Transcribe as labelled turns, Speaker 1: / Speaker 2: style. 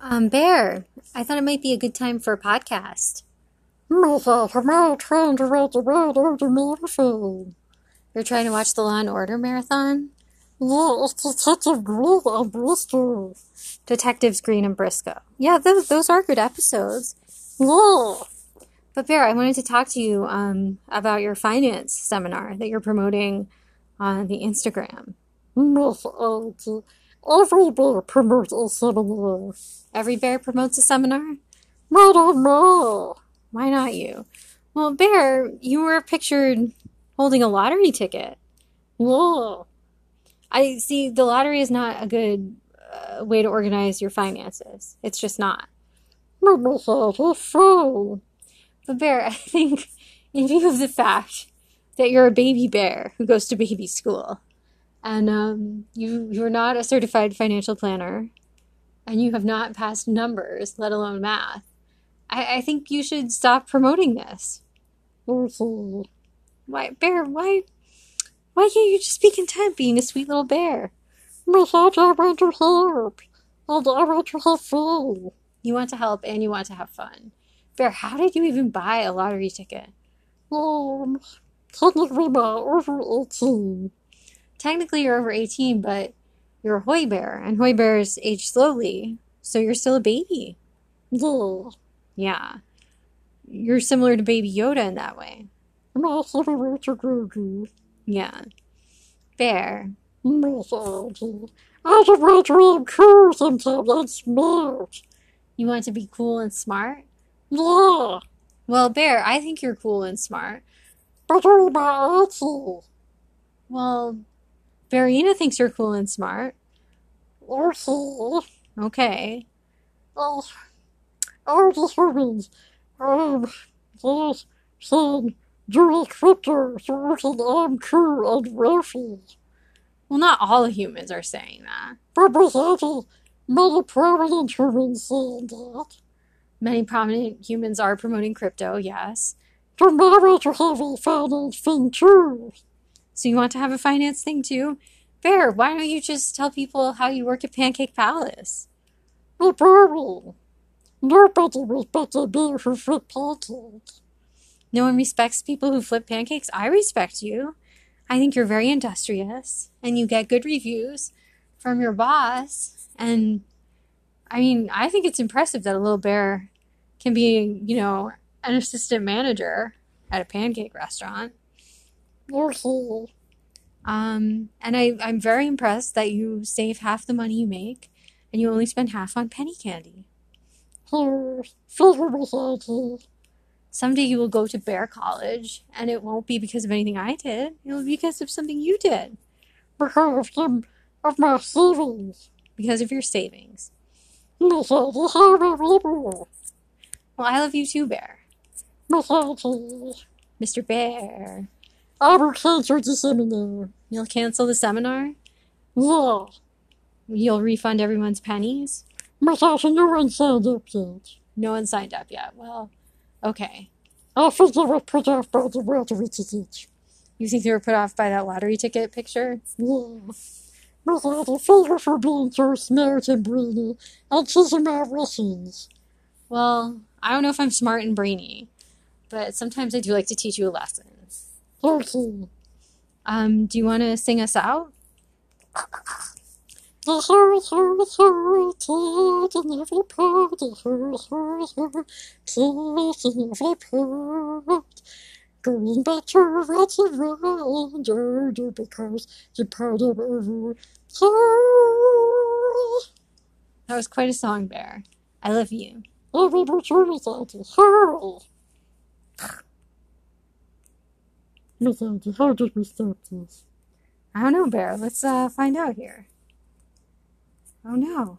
Speaker 1: Um, Bear, I thought it might be a good time for a podcast. You're trying to watch the Law and Order marathon?
Speaker 2: Yeah, it's Detective Green and Bristol.
Speaker 1: Detectives Green and Briscoe. Yeah, those, those are good episodes.
Speaker 2: Yeah,
Speaker 1: But Bear, I wanted to talk to you um, about your finance seminar that you're promoting on the Instagram.
Speaker 2: Miss Angie. Every day promotes a seminar.
Speaker 1: Every Bear promotes a seminar?
Speaker 2: Not on my.
Speaker 1: Why not you? Well, Bear, you were pictured holding a lottery ticket.
Speaker 2: Yeah,
Speaker 1: I see the lottery is not a good uh, way to organize your finances. It's just not.
Speaker 2: but Miss Angie fine.
Speaker 1: But Bear, I think in view of the fact that you're a baby bear who goes to baby school, and um, you you're not a certified financial planner, and you have not passed numbers, let alone math, I, I think you should stop promoting this.
Speaker 2: Okay.
Speaker 1: Why, Bear? Why? Why can't you just be content being a sweet little bear?
Speaker 2: Miss Angie, I want to help. And I want to have fun.
Speaker 1: You want to help and you want to have fun. Bear, how did you even buy a lottery ticket?
Speaker 2: Um, technically my over 18.
Speaker 1: technically you're over 18, but you're a hoy bear, and hoy bears age slowly, so you're still a baby.
Speaker 2: Yeah,
Speaker 1: Yeah. You're similar to baby Yoda in that way.
Speaker 2: Miss Angie Green.
Speaker 1: Yeah. Bear.
Speaker 2: Miss Angie. I should my dream true sometime and smart.
Speaker 1: You want to be cool and smart?
Speaker 2: Yeah.
Speaker 1: Well, Bear, I think you're cool and smart.
Speaker 2: But only my auntie.
Speaker 1: Well, Bearina thinks you're cool and smart.
Speaker 2: Okay.
Speaker 1: Okay.
Speaker 2: Oh, all the humans. Um, yes, saying dual crypto so we can arm crew and Rafi.
Speaker 1: Well, not all humans are saying that.
Speaker 2: But my auntie, many prominent humans saying that.
Speaker 1: Many prominent humans are promoting crypto, yes.
Speaker 2: Tomorrow to have a finance thing too.
Speaker 1: So you want to have a finance thing too? Bear, why don't you just tell people how you work at Pancake Palace?
Speaker 2: The boring. Nobody respected me who fit pancakes.
Speaker 1: No one respects people who flip pancakes. I respect you. I think you're very industrious and you get good reviews from your boss. And I mean, I think it's impressive that a little bear can be, you know, an assistant manager at a pancake restaurant.
Speaker 2: Okay.
Speaker 1: Um, and I, I'm very impressed that you save half the money you make and you only spend half on penny candy.
Speaker 2: Here, figure my auntie.
Speaker 1: someday you will go to bear college and it won't be because of anything i did it'll be because of something you did
Speaker 2: because of them of my savings.
Speaker 1: because of your savings
Speaker 2: Miss Angie, how my river.
Speaker 1: well i love you too bear
Speaker 2: Miss Angie,
Speaker 1: mr bear
Speaker 2: I will cancel the seminar.
Speaker 1: you'll cancel the seminar
Speaker 2: Yeah,
Speaker 1: you'll refund everyone's pennies
Speaker 2: Miss Angie, no one signed up yet.
Speaker 1: no one signed up yet well okay
Speaker 2: I think they were put off by the lottery ticket.
Speaker 1: you think they were put off by that lottery ticket picture
Speaker 2: Yeah. Miss Angie, thank you for being so smart and brainy and teaching my lessons.
Speaker 1: well i don't know if i'm smart and brainy but sometimes i do like to teach you lessons
Speaker 2: Okay.
Speaker 1: um do you want to sing us out
Speaker 2: The hurry, hurry, hurry, taking every part. The hurry, hurry, hurry, taking every part. Going back to what you want, oh, do because you're part of every hurry.
Speaker 1: that was quite a song bear i love you
Speaker 2: Every maturity Santi, hurry. Miss Angie, how did we start this?
Speaker 1: I don't know, Bear. Let's uh, find out here. Oh no.